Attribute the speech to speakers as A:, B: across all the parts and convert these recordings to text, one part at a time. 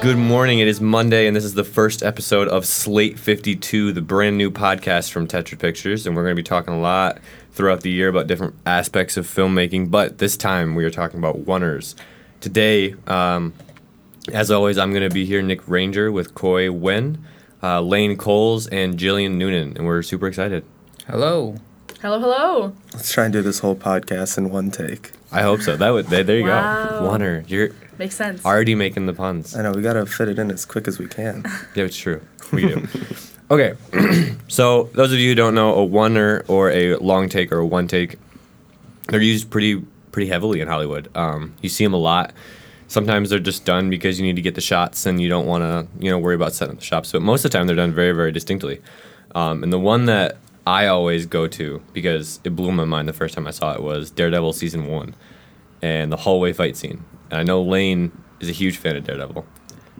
A: Good morning. It is Monday, and this is the first episode of Slate 52, the brand new podcast from Tetra Pictures. And we're going to be talking a lot throughout the year about different aspects of filmmaking, but this time we are talking about oneers. Today, um, as always, I'm going to be here, Nick Ranger, with Coy Wen, uh, Lane Coles, and Jillian Noonan, and we're super excited.
B: Hello.
C: Hello, hello.
D: Let's try and do this whole podcast in one take.
A: I hope so. That would there, there you
C: Wow.
A: go. Oneer, you're
C: Makes sense.
A: already making the puns.
D: I know we gotta fit it in as quick as we can.
A: Yeah, it's true. We do. okay. so, those of you who don't know, a one or, or a long take or a one take, they're used pretty pretty heavily in Hollywood. Um, you see them a lot. Sometimes they're just done because you need to get the shots and you don't want to you know worry about setting up the shops. But most of the time, they're done very very distinctly. Um, and the one that I always go to because it blew my mind the first time I saw it was Daredevil season one and the hallway fight scene. And I know Lane is a huge fan of Daredevil,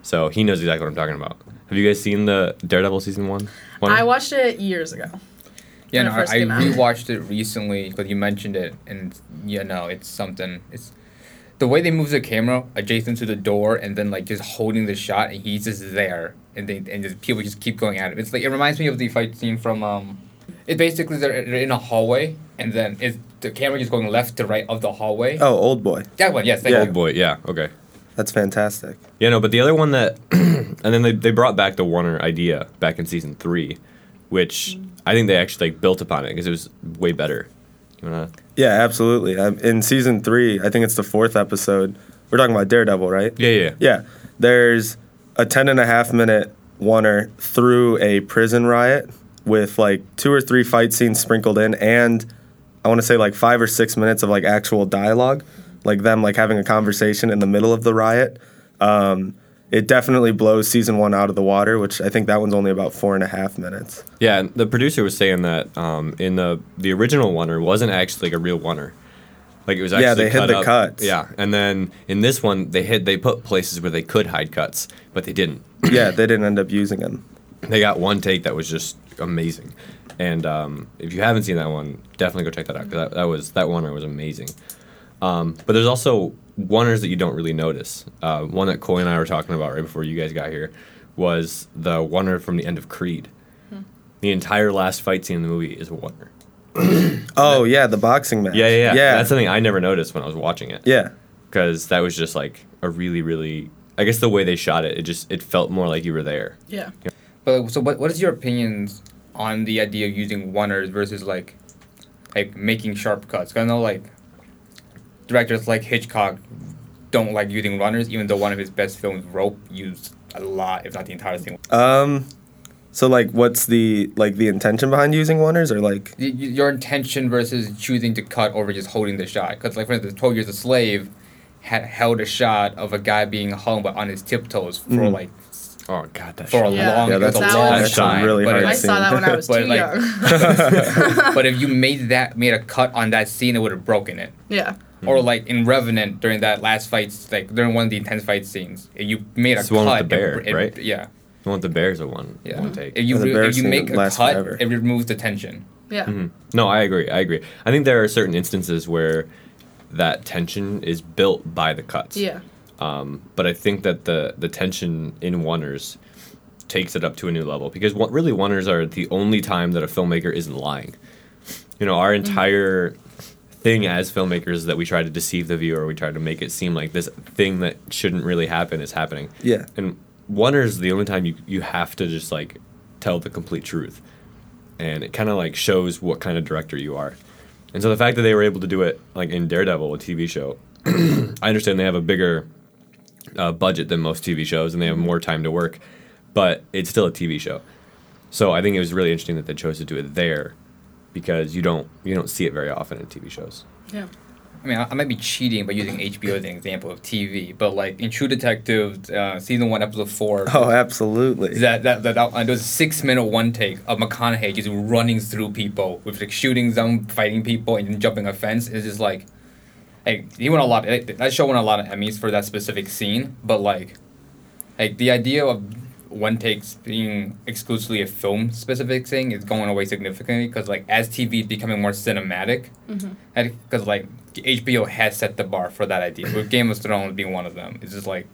A: so he knows exactly what I'm talking about. Have you guys seen the Daredevil season one? one?
C: I watched it years ago.
B: Yeah,
C: When it
B: no, I,
C: first
B: I
C: came out.
B: rewatched it recently because you mentioned it, and it's- yeah, no, it's something. It's the way they move the camera adjacent to the door, and then like just holding the shot, and he's just there, and they and just people just keep going at him. It's like it reminds me of the fight scene from. um It basically they're, they're in a hallway, and then it's the camera just going left to right of the hallway.
D: Oh, old boy.
B: That one, yes, thank
D: Yeah.
B: you.
A: Old boy, yeah, okay.
D: That's fantastic.
A: Yeah, no, but the other one that, and then they, they brought back the Warner idea back in season three, which I think they actually like built upon it because it was way better. You wanna?
D: Yeah, absolutely. Um, In season three, I think it's the fourth episode. We're talking about Daredevil, right?
A: Yeah, yeah, yeah.
D: Yeah. There's a 10 and a half minute oneer through a prison riot with like two or three fight scenes sprinkled in and I want to say like 5 or 6 minutes of like actual dialogue, like them like having a conversation in the middle of the riot. Um it definitely blows season one out of the water, which I think that one's only about four and a half minutes.
A: Yeah, and the producer was saying that um, in the the original Warner wasn't actually like a real Warner. Like it was actually
D: Yeah, they hid
A: cut
D: the
A: up.
D: cuts.
A: Yeah, and then in this one they hid they put places where they could hide cuts, but they didn't.
D: yeah, they didn't end up using them.
A: they got one take that was just amazing. And um, if you haven't seen that one, definitely go check that out because that, that was that one was amazing. Um, but there's also oneers that you don't really notice. Uh, one that Coy and I were talking about right before you guys got here was the oneer from the end of Creed. The entire last fight scene in the movie is a oneer.
D: Oh yeah, the boxing match.
A: Yeah, yeah, yeah.
D: yeah.
A: That's something I never noticed when I was watching it
D: yeah.
A: because that was just like a really, really. I guess the way they shot it, it just it felt more like you were there.
C: Yeah.
B: But so, what, what is your opinions on the idea of using oneers versus like, like making sharp cuts? 'Cause I know like, directors like Hitchcock don't like using runners, even though one of his best films, Rope, used a lot, if not the entire thing.
D: Um, so like, what's the like the intention behind using oneers, or like?
B: Y- y- your intention versus choosing to cut over just holding the shot. Because like for instance, Twelve Years a Slave had held a shot of a guy being hung but on his tiptoes for
D: Mhm.
B: like
A: Oh God, that
B: for a
C: Yeah.
B: long,
C: Yeah,
B: it was
C: that's-
B: a long
C: that's
D: a
B: time.
D: really
B: but
D: hard
B: it's-
C: I
D: scene.
C: saw that when I was
B: But,
C: too
B: like-
C: young.
B: but if you made that made a cut on that scene, it would have broken it.
C: yeah.
B: Or like in Revenant during that last fight, like during one of the intense fight scenes, if you made a
A: It's the
B: cut.
A: one with the
B: it-
A: bear,
B: it-
A: right?
B: Yeah,
A: I want the Bears a one
B: yeah.
A: one take.
B: If you
D: The
B: re-
D: bear
B: if you
D: scene
B: make a cut,
D: lasts forever.
B: it removes the tension.
C: Yeah.
A: no, I agree. I agree. I think there are certain instances where that tension is built by the cuts.
C: Yeah.
A: Um, but I think that the the tension in oneers takes it up to a new level because one, really oneers are the only time that a filmmaker isn't lying. You know, our entire thing as filmmakers is that we try to deceive the viewer. We try to make it seem like this thing that shouldn't really happen is happening.
D: Yeah.
A: And oneers is the only time you you have to just like tell the complete truth, and it kind of like shows what kind of director you are. And so the fact that they were able to do it like in Daredevil, a TV show, I understand they have a bigger uh, budget than most TV shows and they have more time to work, but it's still a TV show. So I think it was really interesting that they chose to do it there because you don't you don't see it very often in TV shows.
C: Yeah.
B: I mean, I, I might be cheating by using HBO as an example of TV, but like in True Detective, uh, season one, episode four,
D: Oh, absolutely.
B: that that that, that uh, there was a six minute one take of McConaughey just running through people with like shooting them, fighting people, and then jumping a fence. It's just like, hey, he won a lot. Like, that show won a lot of Emmys for that specific scene. But like, like the idea of one takes being exclusively a film specific thing is going away significantly because like as TV is becoming more cinematic, and because like HBO has set the bar for that idea with Game of Thrones being one of them. It's just like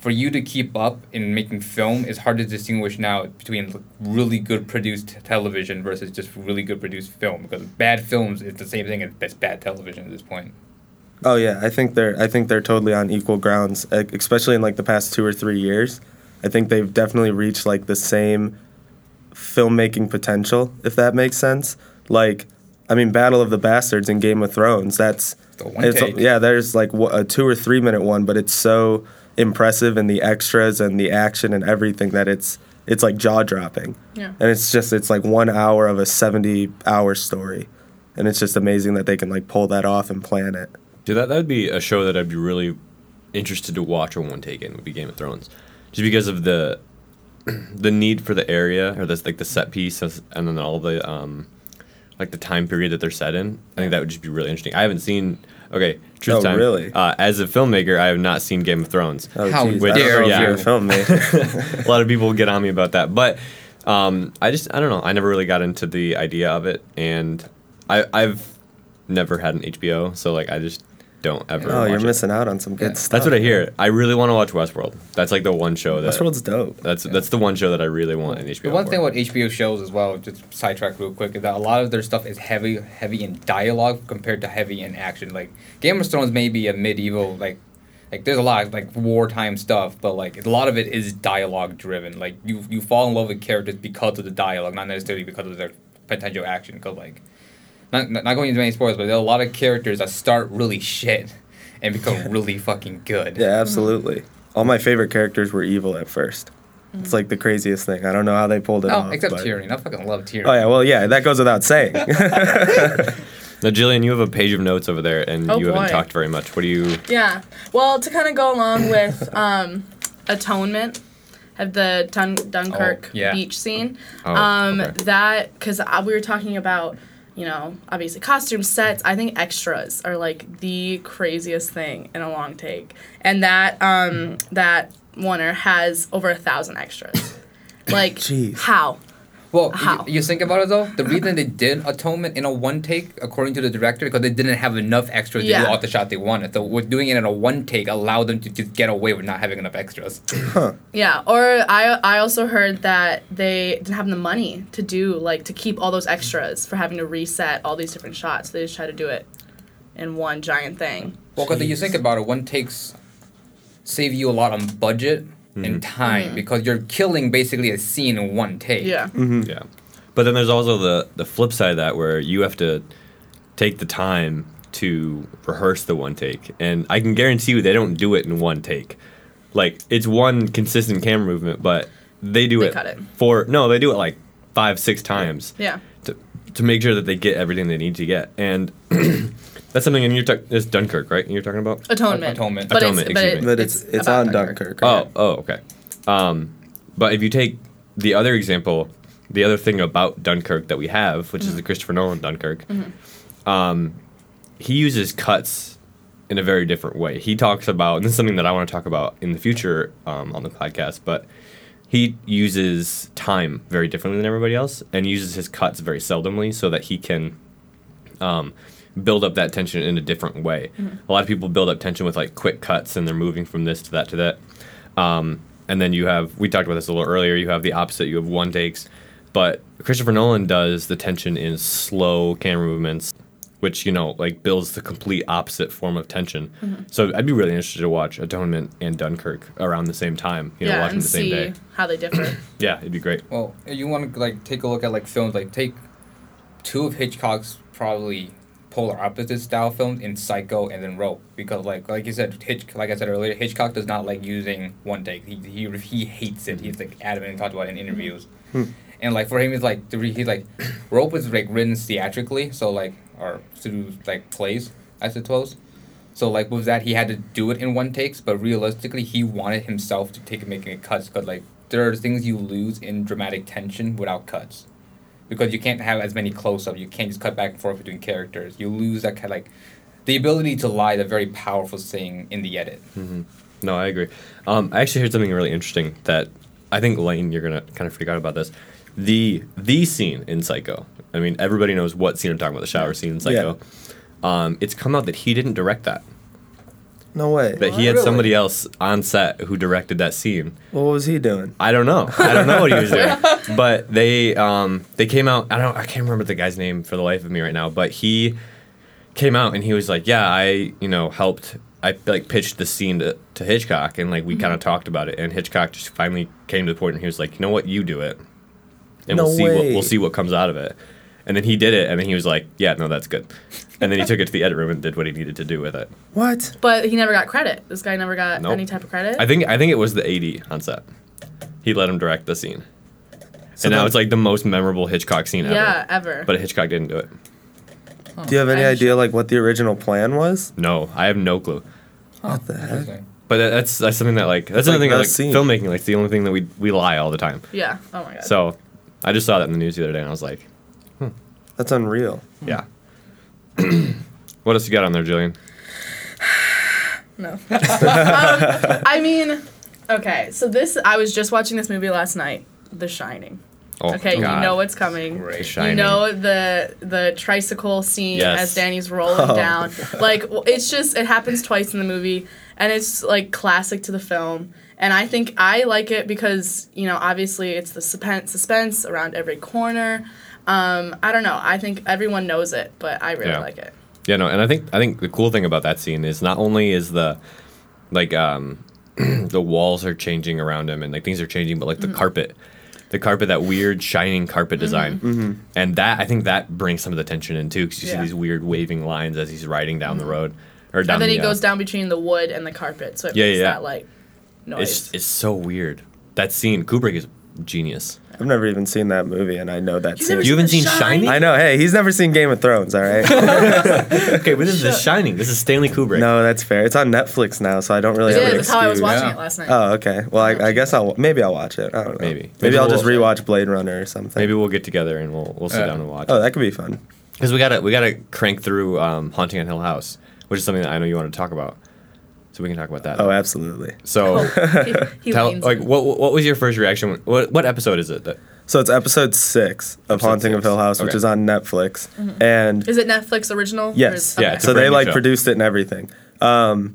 B: for you to keep up in making film is hard to distinguish now between like, really good produced television versus just really good produced film because bad films is the same thing as as bad television at this point.
D: Oh yeah, I think they're I think they're totally on equal grounds, e- especially in like the past two or three years. I think they've definitely reached like the same filmmaking potential, if that makes sense. Like, I mean, Battle of the Bastards and Game of Thrones. That's
B: The one
D: it's-
B: take.
D: yeah. There's like wha- a two or three minute one, but it's so impressive and the extras and the action and everything that it's it's like jaw dropping.
C: Yeah.
D: And it's just it's like one hour of a seventy hour story, and it's just amazing that they can like pull that off and plan it.
A: Dude, that that would be a show that I'd be really interested to watch or one take in would be Game of Thrones, just because of the the need for the area or this like the set piece and then all the um like the time period that they're set in. I think that would just be really interesting. I haven't seen. Okay, truth
D: Oh,
A: time.
D: really?
A: Uh, as a filmmaker, I have not seen Game of Thrones.
B: How
D: geez,
A: dare
D: Oh, I don't know if
A: you.
D: you're gonna film me.
A: a lot of people get on me about that, but um, I just I don't know. I never really got into the idea of it, and I I've never had an HBO, so like I just don't ever.
D: oh, you're
A: watch it.
D: missing out on some good
B: Yeah.
D: stuff.
A: That's what I hear. I really want to watch Westworld. That's like the one show that
D: Westworld's dope.
A: that's that's the one show that I really want in HBO.
B: The one thing
A: for.
B: about HBO shows as well, just sidetrack real quick, is that a lot of their stuff is heavy, heavy in dialogue compared to heavy in action. Like Game of Thrones may be a medieval, like, like there's a lot of like wartime stuff, but like a lot of it is dialogue driven. Like you you fall in love with characters because of the dialogue, not necessarily because of their potential action. Because like, not not going into any spoilers, but there are a lot of characters that start really shit and become really fucking good.
D: Yeah, absolutely. All my favorite characters were evil at 1st It's like the craziest thing. I don't know how they pulled it
B: Oh,
D: off.
B: except
D: Uh, but-
B: Tyrion. I fucking love Tyrion.
D: Oh yeah, well yeah, that goes without saying.
A: now, Jillian, you have a page of notes over there, and
C: Oh,
A: you haven't
C: boy.
A: talked very much. What do you?
C: Yeah. Well, to kind of go along with um, atonement, have the Dun- Dunkirk
B: Oh, yeah.
C: beach scene.
A: Oh,
C: um,
A: okay.
C: That because we were talking about you know obviously costume sets. I think extras are like the craziest thing in a long take, and that um, that Warner has over a thousand extras. like
D: Jeez.
C: how?
B: Well,
C: How?
B: You, you think about it though, the reason they did Atonement in a one take, according to the director, because they didn't have enough extras to
C: Yeah.
B: do all the shot they wanted. So with doing it in a one take allowed them to just get away with not having enough extras.
C: Yeah, or I I also heard that they didn't have the money to do like to keep all those extras for having to reset all these different shots. They just tried to do it in one giant thing.
B: well, because you think about it, one takes save you a lot on budget and time because you're killing basically a scene in one take.
C: Hmm. Yeah.
D: Mm.
A: Yeah, but then there's also the the flip side of that where you have to take the time to rehearse the one take, and I can guarantee you they don't do it in one take. Like it's one consistent camera movement, but they do
C: They
A: it,
C: cut it.
A: for no, they do it like five six times.
C: Yeah.
A: to, to make sure that they get everything they need to get. And that's something. And you're talking. It's Dunkirk, right? You're talking about.
C: Atonement.
B: Atonement.
C: But
A: Atonement,
C: it's but,
A: excuse
C: it,
A: me.
D: but it's it's
C: about
D: on Dunkirk.
A: Oh, oh, okay. Um, but if you take the other example, the other thing about Dunkirk that we have, which is the Christopher Nolan Dunkirk, um, he uses cuts in a very different way. He talks about, and this is something that I want to talk about in the future um, on the podcast, but he uses time very differently than everybody else and uses his cuts very seldomly so that he can um, build up that tension in a different way.
C: Mm-hmm.
A: A lot of people build up tension with like quick cuts and they're moving from this to that to that. Um, and then you have, we talked about this a little earlier, you have the opposite, you have one takes. But Christopher Nolan does the tension in slow camera movements, which, you know, like builds the complete opposite form of tension.
C: Mm-hmm.
A: So I'd be really interested to watch Atonement and Dunkirk around the same time, you know,
C: yeah,
A: watch them
C: and
A: the same
C: see
A: day.
C: how they differ.
A: Yeah, it'd be great.
B: Well, you want to like take a look at like films like take two of Hitchcock's probably polar opposite style films in Psycho and then Rope because like like you said Hitch like I said earlier Hitchcock does not like using one take he he, he hates it he's like adamant and talked about it in interviews and like for him it's like the re- he's like Rope is like written theatrically so like or through like plays I suppose. So like with that, he had to do it in one takes, but realistically, he wanted himself to take making a cuts because like there are things you lose in dramatic tension without cuts, because you can't have as many close up. You can't just cut back and forth between characters. You lose that kind of like the ability to lie, the very powerful thing in the edit.
A: No, I agree. Um, I actually heard something really interesting that I think Lane, you're gonna kind of freak out about this. The the scene in Psycho. I mean, everybody knows what scene I'm talking about. The shower scene in Psycho. Um, it's come out that he didn't direct that.
D: No way.
A: that he had
B: Really?
A: somebody else on set who directed that scene.
D: What was he doing?
A: I don't know. I don't know what he was doing. But they um, they came out. I don't. I can't remember the guy's name for the life of me right now. But he came out and he was like, "Yeah, I you know helped. I like pitched the scene to, to Hitchcock and like
D: Mm-hmm.
A: we kind of talked about it. And Hitchcock just finally came to the point and he was like, "You know what? You do it, and
D: No
A: we'll see what
D: way.
A: we'll see what comes out of it." And then he did it, and then he was like, "Yeah, no, that's good." And then he took it to the edit room and did what he needed to do with it.
D: What?
C: But he never got credit. This guy never got
A: Nope.
C: any type of credit.
A: I think I think it was the AD on set. He let him direct the scene. and now
D: that-
A: it's like the most memorable Hitchcock scene
C: yeah,
A: ever.
C: ever.
A: But Hitchcock didn't do it.
D: Do you have any
C: I
D: idea like what the original plan was?
A: No, I have no clue.
D: What the heck?
B: Interesting.
A: But that, that's that's something that like that's another
D: like
A: thing that,
D: that
A: like
D: scene.
A: filmmaking like it's the only thing that we we lie all the time.
C: yeah. Oh my god.
A: So I just saw that in the news the other day and I was like,
D: That's unreal.
A: yeah. what else you got on there, Jillian?
C: No. um, I mean, okay. So this, I was just watching this movie last night, The Shining.
A: Oh,
C: Okay,
A: God.
C: you know what's coming.
B: Great.
C: You
A: Shining.
C: know the the tricycle scene
A: Yes.
C: as Danny's rolling
D: Oh.
C: down. Like w- it's just it happens twice in the movie, and it's like classic to the film. And I think I like it because you know obviously it's the suspense, suspense around every corner. Um, I don't know. I think everyone knows it, but I really
A: Yeah.
C: like it.
A: Yeah, no, and I think I think the cool thing about that scene is not only is the like um the walls are changing around him and like things are changing, but like
C: Mm.
A: the carpet, the carpet, that weird shining
C: Mm-hmm.
A: carpet design, and that I think that brings some of the tension in too because you see
C: Yeah. Mm-hmm.
A: these weird waving lines as he's riding down the road or down.
C: And then
A: the,
C: he
A: uh,
C: goes down between the wood and the carpet, so it
A: Yeah,
C: makes
A: yeah.
C: that like noise.
A: uh, It's it's so weird. That scene, Kubrick is genius.
D: I've never even seen that movie and I know that
C: You've
D: scene.
C: never
A: You haven't seen
C: The
A: Shining?
D: I know. Hey, he's never seen Game of Thrones, all right?
A: Okay, but this is The Shining. This is Stanley Kubrick.
D: no, that's fair. It's on Netflix now, so I don't really
C: It
D: have
C: is.
D: an
C: That's how I was
D: excuse.
C: watching
B: Yeah.
C: it last night.
D: Oh, okay. Well, I, I guess I'll maybe I'll watch it. I don't know.
A: Maybe.
D: Maybe,
A: Maybe
D: I'll just
A: we'll-
D: rewatch Blade Runner or something.
A: Maybe we'll get together and we'll we'll sit
B: Yeah.
A: down and watch.
D: Oh, that could be fun.
A: because we gotta we gotta crank through um, haunting on Hill House, which is something that I know you want to talk about, so we can talk about that.
D: Oh, absolutely.
A: so
C: he
A: tell
C: leans
A: like
C: in.
A: what what was your first reaction? when- What what episode is it? That,
D: So it's episode six of
A: Episode
D: Haunting of
A: six.
D: Hill House, which
A: Okay.
D: is on Netflix,
C: Mm-hmm.
D: and
C: Is it Netflix original? or
D: Yes.
C: is-
A: Yeah,
C: okay.
A: it's a
D: so they
A: brand new
D: like
A: show.
D: produced it and everything. Um,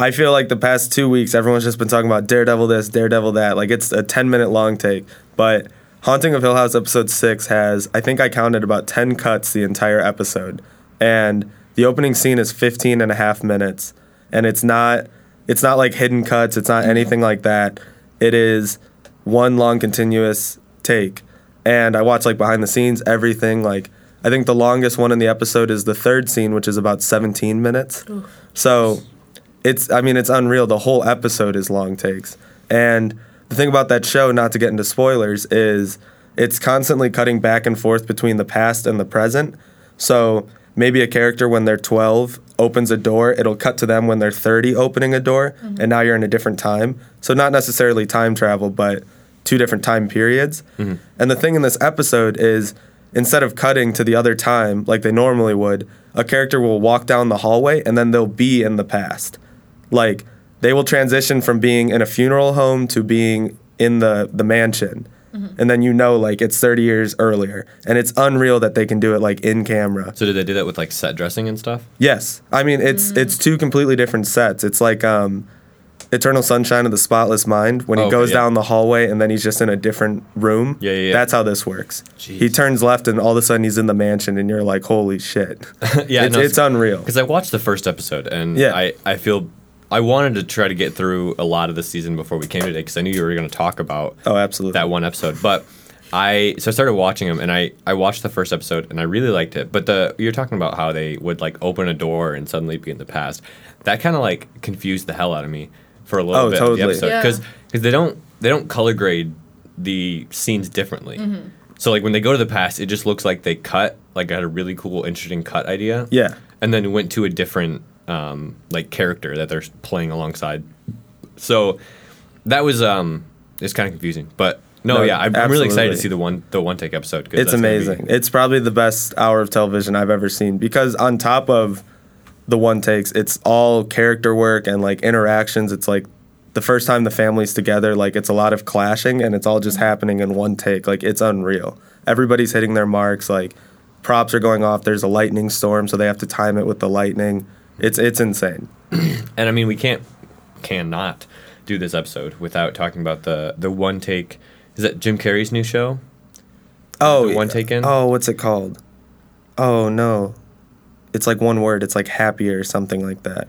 D: I feel like the past two weeks, everyone's just been talking about Daredevil this, Daredevil that. Like it's a ten minute long take, but Haunting of Hill House episode six has I think I counted about ten cuts the entire episode, and the opening scene is 15 and a half minutes, and it's not it's not like hidden cuts, it's not anything like that. It is one long continuous take and I watch like behind the scenes everything. Like I think the longest one in the episode is the third scene, which is about 17 minutes. So it's I mean it's unreal. The whole episode is long takes. And the thing about that show, not to get into spoilers, is it's constantly cutting back and forth between the past and the present. So maybe a character when they're 12 opens a door, it'll cut to them when they're 30 opening a door, and now you're in a different time. So not necessarily time travel, but two different time periods. And the thing in this episode is instead of cutting to the other time like they normally would, a character will walk down the hallway and then they'll be in the past. Like they will transition from being in a funeral home to being in the the mansion. And then you know like it's 30 years earlier and it's unreal that they can do it like in camera.
A: so did they do that with like set dressing and stuff?
D: Yes. I mean it's it's two completely different sets. It's like um Eternal Sunshine of the Spotless Mind when he
A: Okay,
D: goes
A: Oh, yeah.
D: down the hallway and then he's just in a different room.
A: Yeah, yeah, yeah.
D: That's how this works.
A: Jeez.
D: He turns left and all of a sudden he's in the mansion and you're like, holy shit.
A: yeah,
D: it's, it's unreal.
A: Because I watched the first episode and
D: Yeah.
A: I I feel I wanted to try to get through a lot of the season before we came today because I knew you were going to talk about
D: Oh, absolutely.
A: that one episode, but. I so I started watching them and I, I watched the first episode and I really liked it. But the you're talking about how they would like open a door and suddenly be in the past. That kind of like confused the hell out of me for a little
D: Oh,
A: bit
D: totally.
A: of the episode
C: Yeah.
A: because they don't they don't color grade the scenes differently. So like when they go to the past, it just looks like they cut like had a really cool interesting cut idea.
D: Yeah.
A: and then went to a different um, like character that they're playing alongside. So that was um it's kind of confusing, but no,
D: No,
A: yeah, I'm, I'm really excited
D: absolutely.
A: to see the one the one take episode. 'cause
D: It's
A: that's gonna be-
D: amazing. It's probably the best hour of television I've ever seen because on top of the one takes, it's all character work and like interactions. It's like the first time the family's together, like it's a lot of clashing and it's all just happening in one take. Like it's unreal. Everybody's hitting their marks, like props are going off, there's a lightning storm, so they have to time it with the lightning. It's it's insane.
A: And I mean, we can't cannot do this episode without talking about the the one take. Is that Jim Carrey's new show?
D: Oh,
A: the one
D: yeah.
A: take in?
D: Oh, what's it called? Oh no, it's like one word. It's like happy or something like that.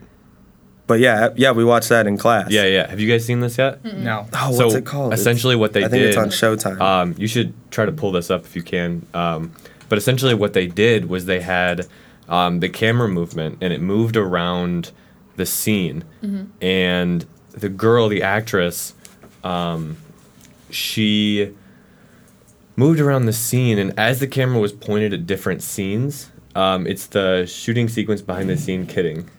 D: But yeah, yeah, we watched that in class.
A: Yeah, yeah. Have you guys seen this yet?
B: No.
D: Oh, what's
A: so
D: it called? It's-
A: Essentially, what they
D: I think
A: did.
D: it's on Showtime.
A: Um, you should try to pull this up if you can. Um, but essentially, what they did was they had um, the camera movement and it moved around the scene. And the girl, the actress, um, she moved around the scene. And as the camera was pointed at different scenes, um, it's the shooting sequence behind the scene, kidding.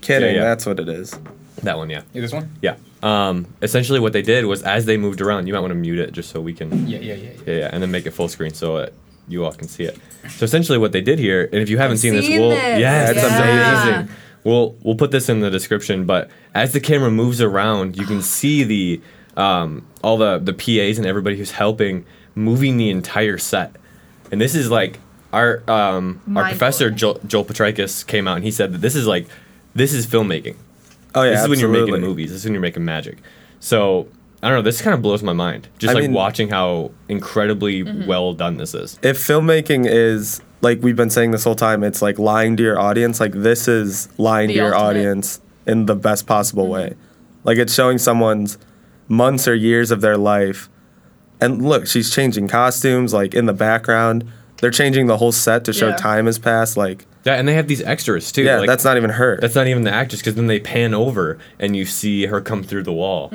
D: Kidding,
A: yeah, yeah.
D: that's what it is.
A: That one, yeah.
B: Yeah, this one?
A: Yeah. Um, essentially, what they did was as they moved around, you might want to mute it just so we can.
B: Yeah, yeah, yeah. yeah.
A: Yeah, yeah, and then make it full screen so it, you all can see it. So essentially, what they did here, and if you haven't seen, this,
C: seen
A: we'll
C: this.
A: yeah, it's
D: That's Yeah.
A: amazing. We'll we'll put this in the description. But as the camera moves around, you can see the um, all the the PAs and everybody who's helping moving the entire set. And this is like our um, our
C: Mind-blowing.
A: professor Joel, Joel Petrikis came out and he said that this is like this is filmmaking
D: Oh yeah,
A: this is when you're
D: absolutely.
A: making movies. This is when you're making magic. So I don't know. This kind of blows my mind. Just
D: I
A: like
D: mean-
A: watching how incredibly well done this is.
D: If filmmaking is like we've been saying this whole time, it's like lying to your audience. Like this is lying
C: The
D: to your
C: ultimate. Mm-hmm.
D: audience in the best possible way. Like it's showing someone's months or years of their life. And look, she's changing costumes. Like in the background, they're changing the whole set to show
C: Yeah.
D: time has passed. Like
A: Yeah, and they have these extras too.
D: yeah,
A: like,
D: that's not even her.
A: that's not even the actress because then they pan over and you see her come through the wall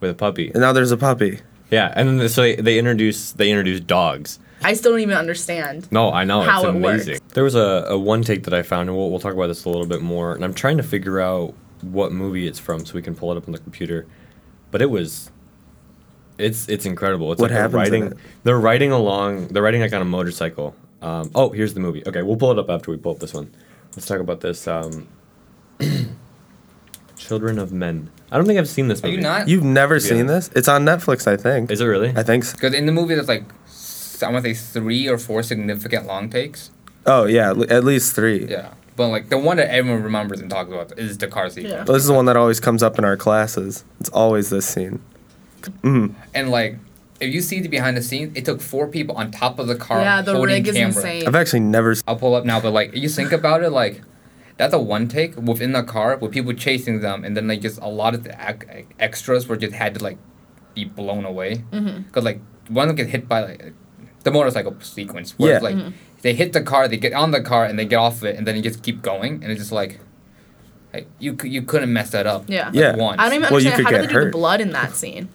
A: with a puppy.
D: and now there's a puppy.
A: Yeah, and then they- so they, they introduce they introduce dogs.
C: I still don't even understand.
A: No, I know.
C: how
A: it's
C: it
A: amazing. There was a, a one take that I found, and we'll, we'll talk about this a little bit more. And I'm trying to figure out what movie it's from so we can pull it up on the computer. But it was. It's it's incredible. It's
D: What
A: like they're
D: happens in
A: riding,
D: it?
A: They're riding along. They're riding like on a motorcycle. Um, oh, here's the movie. Okay, we'll pull it up after we pull up this one. Let's talk about this. Um, Children of Men. I don't think I've seen this
B: Are
A: movie.
B: you not?
D: You've never seen this? It's on Netflix, I think.
A: Is it really?
D: I think. So.
B: Because in the movie, there's like, s- I want to say three or four significant long takes.
D: Oh yeah, l- at least three.
B: Yeah. But like, the one that everyone remembers and talks about is the car sequence.
C: Yeah.
D: Well, this is the one that always comes up in our classes. It's always this scene.
B: And like, if you see the behind the scenes, it took four people on top of the car.
C: Yeah, the
B: holding
C: rig is
B: camera.
C: insane.
D: I've actually never. s-
B: I'll pull up now, but like, you think about it, like, that's a one take within the car with people chasing them, and then like just a lot of the ac- extras were just had to like be blown away because
C: Mm-hmm.
B: like one of them get hit by like the motorcycle sequence where it's
D: Yeah.
B: like
C: Mm-hmm.
B: they hit the car, they get on the car, and they get off of it, and then you just keep going, and it's just like, like you cou- you couldn't mess that up.
C: Yeah.
B: like,
D: Yeah.
B: Once.
C: I don't even
D: Well, you
C: understand
D: could
C: how
D: get
C: did they do the
D: hurt.
C: blood in that scene?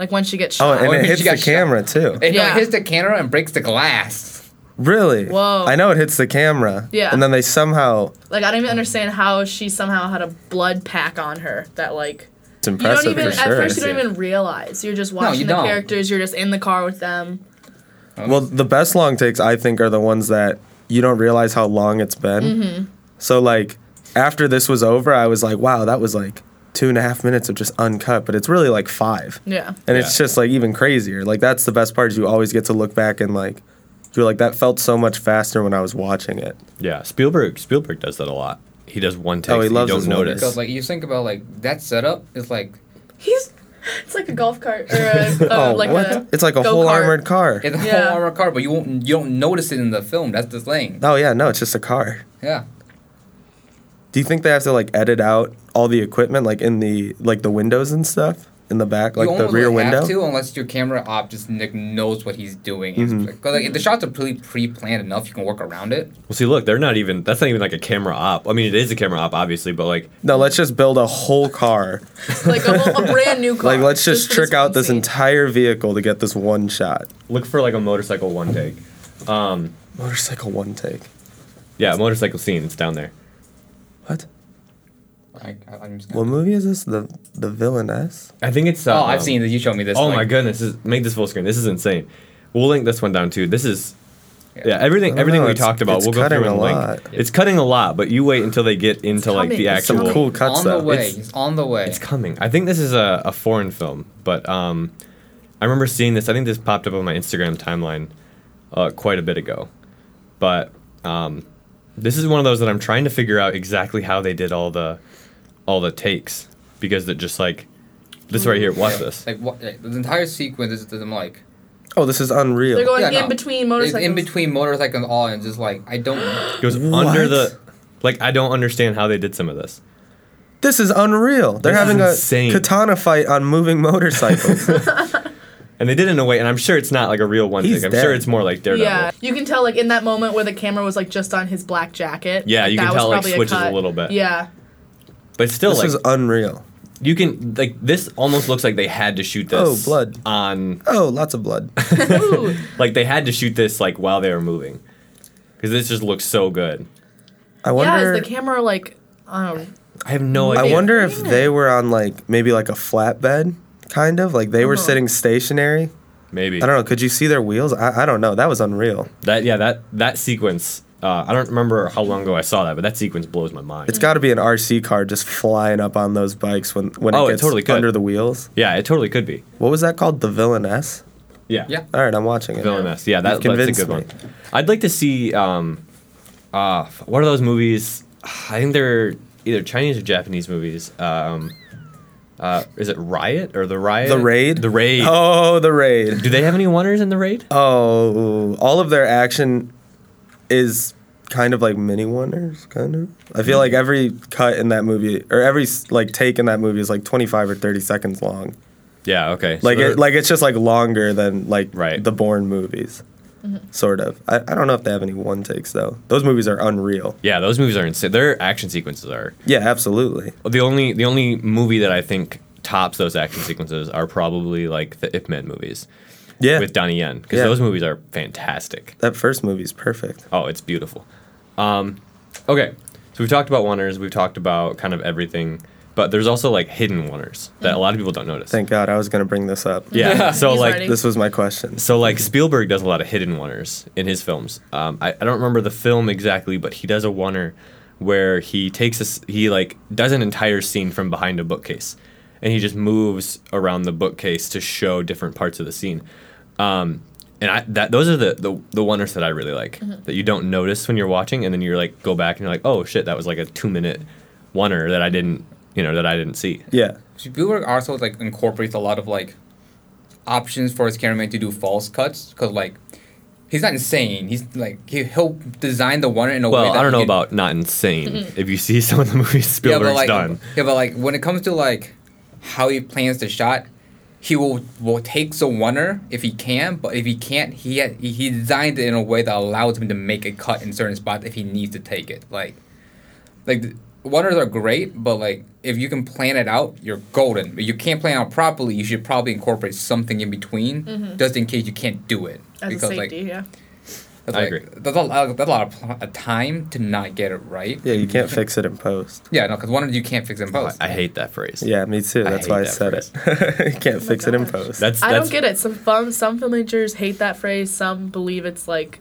C: Like when she gets
D: Oh,
C: shot.
D: and
B: Oh,
D: it
B: she
D: hits
B: got
D: the
B: shot.
D: camera too.
B: It yeah.
C: Yeah.
B: hits the camera and breaks the glass.
D: Really?
C: Whoa.
D: I know it hits the camera.
C: Yeah.
D: And then they somehow.
C: like I don't even understand how she somehow had a blood pack on her that like
D: It's
C: you don't
D: impressive
C: even
D: for
C: at
D: sure.
C: first you don't even realize. You're just watching the
B: don't.
C: characters, you're just in the car with them.
D: well, the best long takes I think are the ones that you don't realize how long it's been.
C: Mm-hmm.
D: So like after this was over, I was like, wow, that was like two and a half minutes of just uncut, but it's really like five.
C: Yeah.
D: And it's
A: Yeah.
D: just like even crazier. Like that's the best part is you always get to look back and like you're like that felt so much faster when I was watching it.
A: yeah, Spielberg. Spielberg does that a lot. He does one take.
D: Oh, he
A: so
D: loves
A: you
D: his
A: don't
D: one
A: notice.
B: Because like you think about like that setup is like
C: He's it's like a golf cart or a, uh, like a
D: Oh, it's like a whole
C: go-kart.
D: armored car.
B: it's a
C: Yeah.
B: whole armored car, but you won't you don't notice it in the film. That's the thing.
D: oh yeah, no, it's just a car.
B: Yeah.
D: Do you think they have to like edit out all the equipment, like in the like the windows and stuff in the back, like
B: you
D: the
B: almost
D: rear
B: don't
D: window?
B: Have to unless your camera op just like, knows what he's doing. Because like, if the shots are pretty pre-planned enough, you can work around it.
A: Well, see, look, they're not even. That's not even like a camera op. I mean, it is a camera op, obviously, but like
D: No, let's just build a whole car.
C: like a, whole, a brand new car.
D: like let's just,
C: for
D: trick out
C: one
D: this
C: scene.
D: entire vehicle to get this one shot.
A: look for like a motorcycle one take.
D: Motorcycle one take.
A: Yeah, motorcycle scene. It's down there.
D: What?
B: I, I, I'm just
D: What movie is this? The the villainess?
A: I think it's.
B: oh,
A: Uh,
B: I've
A: um,
B: seen this. You showed me this.
A: Oh
B: like-
A: my goodness! This is, make this full screen. This is insane. We'll link this one down too. This is. Yeah,
D: I
A: everything
D: don't
A: everything
D: know,
A: we
D: it's-
A: talked about.
D: it's
A: We'll go
D: cutting
A: through and
D: a
A: link.
D: lot.
A: It's cutting a lot, but you wait until they get into like
C: coming,
A: the
C: it's
A: actual.
D: Some
C: coming.
D: cool cuts
B: on the
D: though.
B: way.
D: It's-
B: It's on the way.
A: It's coming. I think this is a, a foreign film, but um, I remember seeing this. I think this popped up on my Instagram timeline uh, quite a bit ago. But um, This is one of those that I'm trying to figure out exactly how they did all the all the takes because it just like this right here. Watch this.
B: Like what? Like, the entire sequence is I'm like
D: Oh, this is unreal.
C: They're going
B: Yeah,
C: in
B: no.
C: between
B: it's
C: motorcycles.
B: in between motorcycles all and just like I don't.
A: It goes
D: What?
A: under the. Like I don't understand how they did some of this.
D: this is unreal. They're
A: This is
D: having a
A: insane.
D: katana fight on moving motorcycles.
A: And they did it in a way, and I'm sure it's not like a real one
D: He's
A: take. I'm
D: dead.
A: sure it's more like Daredevil.
C: Yeah,
A: Yeah,
C: you can tell like in that moment where the camera was like just on his black jacket.
A: Yeah, you
C: that
A: can
C: was
A: tell, like,
C: probably
A: switches a
C: cut.
A: little bit.
C: Yeah,
A: but still,
D: this
A: like
D: is unreal.
A: you can like this almost looks like they had to shoot this.
D: Oh, blood.
A: on
D: Oh, lots of blood.
C: Ooh.
A: like they had to shoot this like while they were moving because this just looks so good.
D: I
C: yeah.
D: wonder.
C: Is the camera like? Um,
A: I have no
D: I
A: idea.
D: wonder if they were on like maybe like a flatbed, kind of like they were sitting stationary.
A: Maybe
D: I don't know. Could you see their wheels? I, I don't know. That was unreal.
A: That yeah, that that sequence. Uh, I don't remember how long ago I saw that, but that sequence blows my mind.
D: It's got to be an RC car just flying up on those bikes when when
A: Oh,
D: it
A: it
D: gets
A: totally could.
D: under the wheels.
A: yeah, it totally could be.
D: What was that called? The villainess.
A: Yeah,
B: Yeah.
D: All right, I'm watching it.
A: villainess. Yeah, that,
D: You've
A: that's a
D: convinced
A: good
D: me.
A: one. I'd like to see. Um, uh, f- what are those movies? I think they're either Chinese or Japanese movies. Um, uh, is it Riot or the Riot?
D: The raid.
A: The Raid.
D: Oh, the raid.
A: Do they have any winners in the Raid?
D: Oh, all of their action is kind of like mini wonders, kind of. I
A: Hmm.
D: feel like every cut in that movie, or every like take in that movie, is like 25 or 30 seconds long.
A: Yeah. Okay. so
D: Like,
A: they're-
D: it, like it's just like longer than like
A: Right.
D: the Bourne movies,
C: Mm-hmm.
D: sort of. I, I don't know if they have any one takes though. Those movies are unreal.
A: Yeah, those movies are insane. Their action sequences are
D: Yeah, absolutely.
A: the only the only movie that I think tops those action sequences are probably like the Ip Man movies
D: Yeah,
A: with Donnie Yen because
D: Yeah.
A: those movies are fantastic.
D: that first movie's perfect.
A: Oh, it's beautiful. Um, okay, so we've talked about wonders, we've talked about kind of everything, but there's also like hidden wonders
D: Mm.
A: that a lot of people don't notice.
D: Thank God, I was gonna bring this up.
A: yeah.
B: Yeah.
A: So
C: He's
A: like
C: ready.
D: this was my question.
A: So like Spielberg does a lot of hidden oneers in his films. Um, I, I don't remember the film exactly, but he does a oneer where he takes a s he like does an entire scene from behind a bookcase, and he just moves around the bookcase to show different parts of the scene. Um, and I that those are the the, the oneers that I really like that you don't notice when you're watching, and then you're like go back and you're like oh shit that was like a two minute oneer that I didn't you know that I didn't see.
D: Yeah,
B: Spielberg also like incorporates a lot of like options for his cameraman to do false cuts because like he's not insane. He's like he, he'll design the one in a way.
A: Well,
B: That
A: I don't
B: he
A: know
B: can-
A: about not insane. If you see some of the movies Spielberg's
B: yeah, but like,
A: done,
B: Yeah, but like when it comes to like how he plans the shot, he will will take the oneer if he can, but if he can't, he had, he- he designed it in a way that allows him to make a cut in certain spots if he needs to take it. Like, like the oneers are great, but like if you can plan it out, you're golden. If you can't plan out properly, you should probably incorporate something in between, just in case you can't do it.
C: Mm-hmm. as a safety. yeah.
B: that's
A: I
B: like-
A: agree.
B: That's a, lot- that's a lot of pl- a time to not get it right.
D: yeah, you can't fix it in post.
B: Yeah, no, because one you can't fix in
A: I,
B: post.
A: I hate that phrase.
D: Yeah, me too.
A: I
D: That's
A: hate
D: why I
A: that
D: said it. you can't fix it in
C: Oh gosh.
D: post.
A: That's, that's
C: I don't get it. Some fun, some filmmakers hate that phrase. Some believe it's like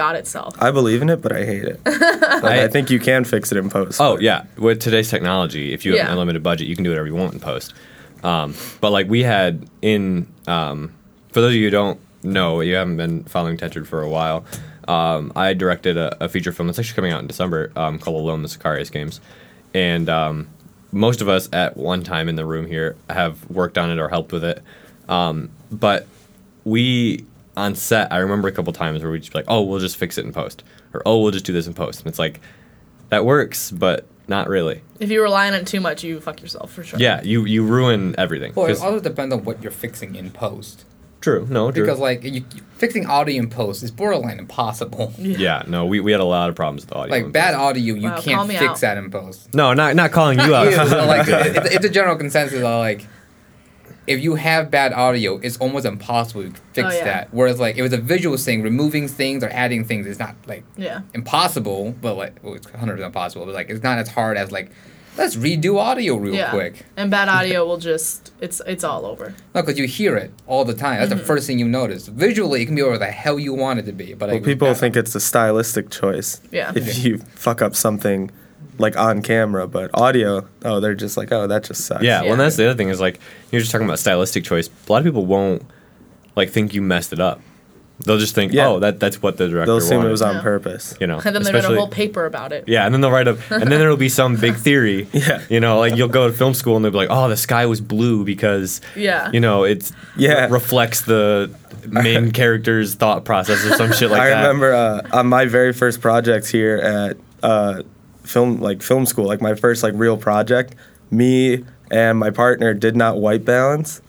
C: God itself.
D: I believe in it, but I hate it. Like, I,
A: I-
D: think you can fix it in post.
A: Oh yeah, with today's technology, if you have
C: Yeah.
A: an unlimited budget, you can do whatever you want in post. Um, but like we had in, um, for those of you who don't know, you haven't been following Tetchard for a while. Um, I directed a, a feature film that's actually coming out in December um, called Alone: The Sicarius Games, and um, most of us at one time in the room here have worked on it or helped with it. Um, but we on set, I remember a couple times where we just be like, "Oh, we'll just fix it in post," or "Oh, we'll just do this in post," and it's like that works, but not really.
C: If you rely on it too much, you fuck yourself for sure.
A: Yeah, you you ruin everything.
B: Well, it
A: 'Cause-
B: also depends on what you're fixing in post.
A: true, no, true.
B: Because like you, fixing audio in post is borderline impossible.
A: yeah, no, we, we had a lot of problems with the audio.
B: Like
A: in
B: bad
A: post.
B: audio, you
C: Wow, call
B: can't
C: me
B: fix
C: out.
B: that in post.
A: No, not not calling you out.
B: Yeah, so, like it, it's a general consensus. That, like if you have bad audio, it's almost impossible to fix
C: Oh, yeah.
B: that. Whereas like if it's a visual thing, removing things or adding things is not like
C: Yeah.
B: impossible, but like well, it's hundred percent possible. But like it's not as hard as like let's redo audio real
C: Yeah.
B: quick.
C: And bad audio will just it's it's all over.
B: No, because you hear it all the time.
C: Mm-hmm.
B: That's the first thing you notice. Visually, it can be whatever the hell you want it to be. But
D: well,
B: like,
D: people
B: I-
D: think it's a stylistic choice.
C: Yeah.
D: If you fuck up something like on camera, but audio, oh, they're just like, oh, that just sucks.
A: yeah, well,
C: Yeah.
A: and that's the other thing is like you're just talking about stylistic choice. A lot of people won't like think you messed it up. They'll just think,
D: Yeah.
A: oh, that that's what the director
D: They'll assume
A: wanted.
D: it was on
C: Yeah.
D: purpose.
A: you know,
C: And then they're going to
A: especially-
C: whole paper about it.
A: Yeah, and then they'll write up, and then there'll be some big theory.
D: Yeah.
A: You know, like you'll go to film school and they'll be like, oh, the sky was blue because,
C: Yeah.
A: you know, it's
D: Yeah.
A: re- reflects the main character's thought process or some shit like
D: I
A: that.
D: remember uh, on my very first project here at uh, film like film school, like my first like real project, me and my partner did not white balance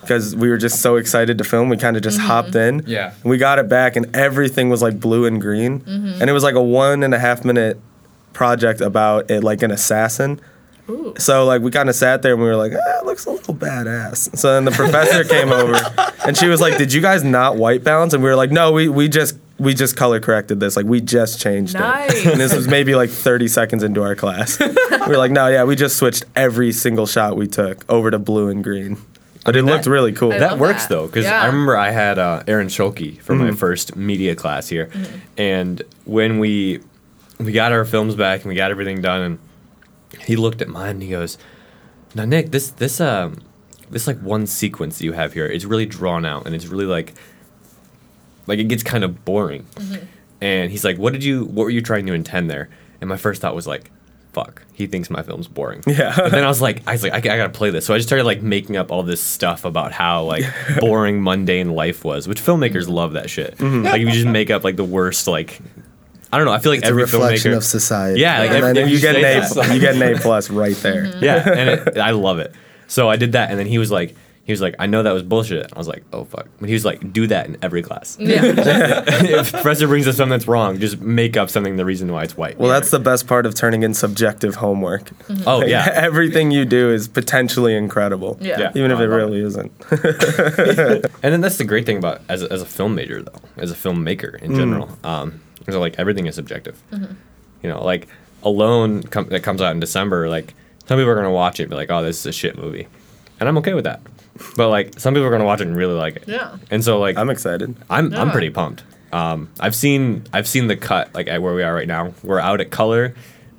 D: because we were just so excited to film. We kind of just hopped in.
B: Yeah.
D: we got it back, and everything was like blue and green, and it was like a one and a half minute project about it, like an assassin.
C: Ooh.
D: So like we kind of sat there and we were like, ah, it looks a little badass. So then the professor came over and she was like, did you guys not white balance? And we were like, no, we we just we just color corrected this. Like we just changed
C: Nice.
D: it. And this was maybe like 30 seconds into our class. we were like, no, yeah, we just switched every single shot we took over to blue and green. But it looked really cool.
C: I
A: that
C: love
A: works
C: that.
A: though, because
C: Yeah.
A: I remember I had uh, Aaron Schulke for my first media class here,
C: Mm-hmm.
A: and when we we got our films back and we got everything done, and he looked at mine and he goes, "Now Nick, this this um this like one sequence that you have here, it's really drawn out and it's really like like it gets kind of boring."
C: Mm-hmm.
A: And he's like, "What did you? What were you trying to intend there?" And my first thought was like. Fuck, he thinks my film's boring.
D: Yeah.
A: But then I was like, I was like, I, I gotta play this. So I just started like making up all this stuff about how like boring, mundane life was, which
E: Mm-hmm.
A: filmmakers love that shit. Like you just make up like the worst, like I don't know. I feel like
E: It's
A: every
E: a reflection
A: filmmaker,
E: of society.
A: Yeah, like
D: and
A: every-
D: then
A: if
D: you get an
A: say
D: A,
A: that-
D: you get an A plus right there.
A: yeah, and it, I love it. So I did that, and then he was like, he was like, I know that was bullshit. I was like, oh fuck. But he was like, do that in every class.
C: Yeah.
A: if the professor brings up something that's wrong, just make up something the reason why it's white.
D: Well, that's the best part of turning in subjective homework.
A: oh
D: Like,
A: yeah.
D: Everything you do is potentially incredible.
C: Yeah.
A: Yeah.
D: Even if
A: I
D: it
A: love
D: really is isn't.
A: And then that's the great thing about as a, as a film major though, as a filmmaker
D: Mm.
A: in general, um, is that, like everything is subjective.
C: Mm-hmm.
A: You know, like Alone com- that comes out in December, like some people are gonna watch it and be like, "Oh, this is a shit movie," and I'm okay with that. But like some people are gonna watch it and really like it.
C: Yeah.
A: And so like
D: I'm excited.
A: I'm I'm
C: Yeah.
A: pretty pumped. Um, I've seen I've seen the cut like at where we are right now. We're out at color,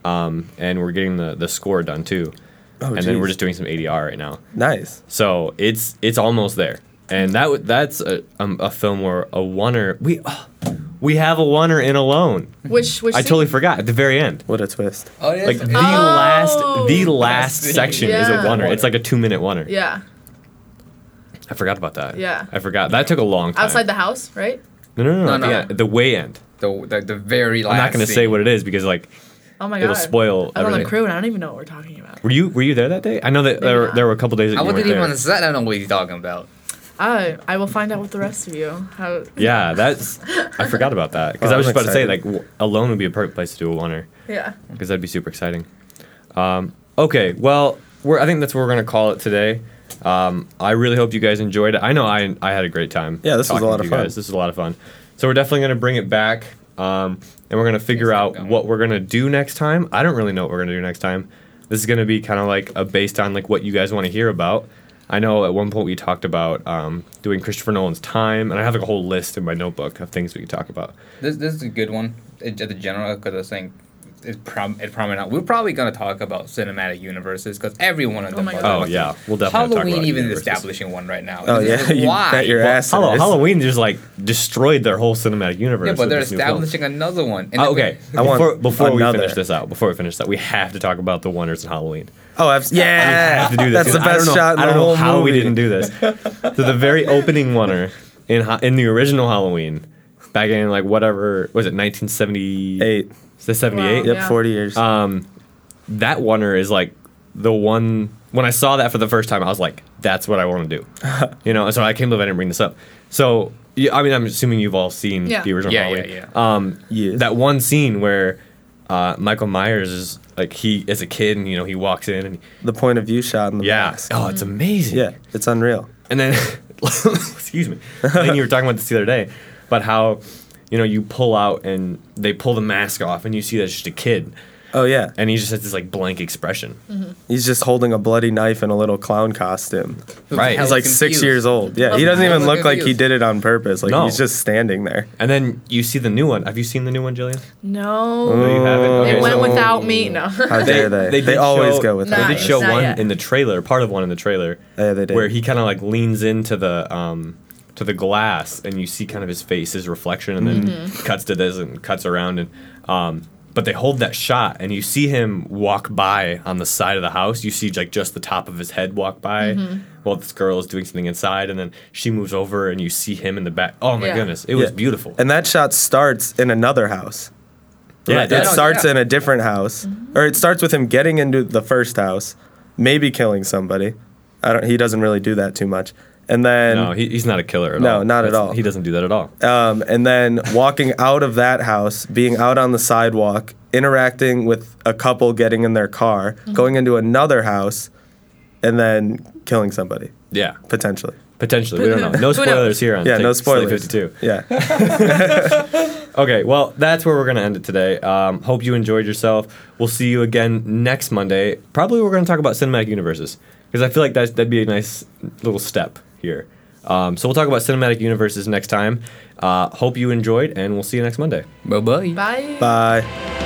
A: um, and we're getting the the score done too,
D: Oh,
A: and then we're
D: geez.
A: just doing some ADR right now.
D: Nice.
A: So it's it's almost there, and that w- that's a, um, a film where a oneer we oh, we have a oneer in alone.
C: Which which
A: I totally forgot at the very end.
D: What a twist.
B: Oh, yeah.
A: Like
B: Like,
A: the
C: Uh,
A: last the
C: Oh.
A: last
B: Last
A: section is a
C: Yeah.
A: oneer. It's like a two minute oneer.
C: Yeah.
A: I forgot about that.
C: Yeah.
A: I forgot that took a long time.
C: Outside the house, right?
A: no no no no,
B: No, no.
A: Yeah, the way end.
B: the, the, the very last
A: I'm not gonna
B: scene.
A: say what it is because like
C: Oh my god.
A: it'll spoil
C: I'm on
A: everything.
C: the crew and I don't even know what we're talking about.
A: Were you were you there that day? I know that there, were-
C: not.
A: there were a couple days. That
B: I
A: you
B: wasn't
A: weren't
B: even
A: there.
B: on the set. I don't know what he's talking about.
C: I I will find out with the rest of you. How
A: Yeah, that's. I forgot about that because
D: Oh,
A: I was
D: I'm
A: just about to say like
D: excited.
A: w- alone would be a perfect place to do a oneer
C: Yeah.
A: because that'd be super exciting. Um, okay, well, we're I think that's what we're gonna call it today. Um, I really hope you guys enjoyed it. I know I I had a great time.
D: Yeah, this was a
A: talking
D: lot
A: to
D: of
A: you
D: fun.
A: Guys. This is a lot of fun. So we're definitely gonna bring it back, um, and we're gonna figure
B: Thanks,
A: out
B: Duncan.
A: what we're gonna do next time. I don't really know what we're gonna do next time. This is gonna be kind of like a based on like what you guys want to hear about. I know at one point we talked about um, doing Christopher Nolan's time, and I have like a whole list in my notebook of things we could talk about.
B: This this is a good one. It, the general because I was saying it prom it probably not. We're probably gonna talk about cinematic universes because every one of them.
C: my
B: are-
C: God.
A: Oh yeah, we'll definitely talk
B: Halloween
A: about
B: even
A: universes.
B: establishing one right now.
D: Oh,
B: This
D: yeah.
B: is
D: You
B: why?
D: bet your ass.
A: Hello,
D: it is.
A: Halloween just like destroyed their whole cinematic universe.
B: Yeah, but
A: with
B: they're
A: this new film.
B: establishing another one. And
A: Oh,
B: then we-
A: okay,
D: I want
A: before, before we
D: another.
A: finish this out, before we finish that, we have to talk about the wonders in Halloween.
D: Oh, abs- yeah.
A: have to do this.
D: That's the
A: I don't
D: best
A: know,
D: shot in
A: I
D: the
A: don't know
D: whole
A: how
D: movie.
A: we didn't do this. so the very opening wonder in Ha- in the original Halloween, back in like whatever was it, nineteen seventy
D: Eight. Uh,
A: seventy
C: Wow.
B: Oh,
A: eight.
D: Yep,
C: Yeah.
D: 40 years.
A: That wonder is like the one. When I saw that for the first time, I was like, "That's what I want to do," you know. And so I can't believe I didn't bring this up. So yeah, I mean, I'm assuming you've all seen
C: Yeah.
A: the original
B: Yeah, yeah,
A: Halloween.
B: yeah.
A: Um,
D: Yes.
A: That one scene where uh, Michael Myers is like he is a kid and you know he walks in and
D: the point of view shot in the
A: yeah,
D: mask.
A: oh, it's amazing.
D: Yeah, it's unreal.
A: And then, excuse me. And then you were talking about this the other day about how you know you pull out and they pull the mask off and you see that it's just a kid
D: Oh, yeah.
A: and he just has this like blank expression.
D: He's just holding a bloody knife in a little clown costume.
A: Right.
D: He's like six
B: confused.
D: years old. Yeah, he doesn't
B: I
D: even
B: was
D: look like he
B: confused.
D: did it on purpose. Like,
A: No.
D: he's just standing there.
A: And then you see the new one. Have you seen the new one, Jillian?
C: No.
A: You haven't?
D: Oh.
C: It
A: Okay,
C: went
A: so-
C: without me. No.
D: How dare they? They,
A: did
D: always
A: show-
D: go with
A: They
C: Nah,
A: did
C: it's
D: that.
A: show
C: not
A: one
C: yet.
A: in the trailer, part of one in the trailer.
D: Yeah, they did.
A: Where he kind of like leans into the um, to the glass, and you see kind of his face, his reflection, and then
C: Mm-hmm.
A: cuts to this and cuts around, and um, but they hold that shot, and you see him walk by on the side of the house. You see like just the top of his head walk by,
C: Mm-hmm.
A: while this girl is doing something inside, and then she moves over, and you see him in the back. Oh my
C: Yeah.
A: goodness, it was
D: Yeah.
A: beautiful.
D: And that shot starts in another house.
A: yeah,
D: It
A: that's-
D: starts
B: yeah.
D: in a different house, or it starts with him getting into the first house, maybe killing somebody. I don't. He doesn't really do that too much. And then,
A: no, he, he's not a killer at
D: No,
A: all.
D: not at
A: That's-
D: all.
A: He doesn't do that at all.
D: um, and then walking out of that house, being out on the sidewalk, interacting with a couple getting in their car, going into another house, and then killing somebody
A: Yeah,
D: potentially.
A: potentially. We don't know. No
C: Who knows?
A: spoilers here on
D: Yeah,
A: Take-
D: no
A: Slate
D: spoilers.
A: 52.
D: Yeah.
A: Okay, well, that's where we're going to end it today. Um, hope you enjoyed yourself. We'll see you again next Monday. Probably we're going to talk about cinematic universes because I feel like that's, that'd be a nice little step here. Um, so we'll talk about cinematic universes next time. Uh, hope you enjoyed, and we'll see you next Monday.
B: Bye bye.
C: Bye.
D: Bye.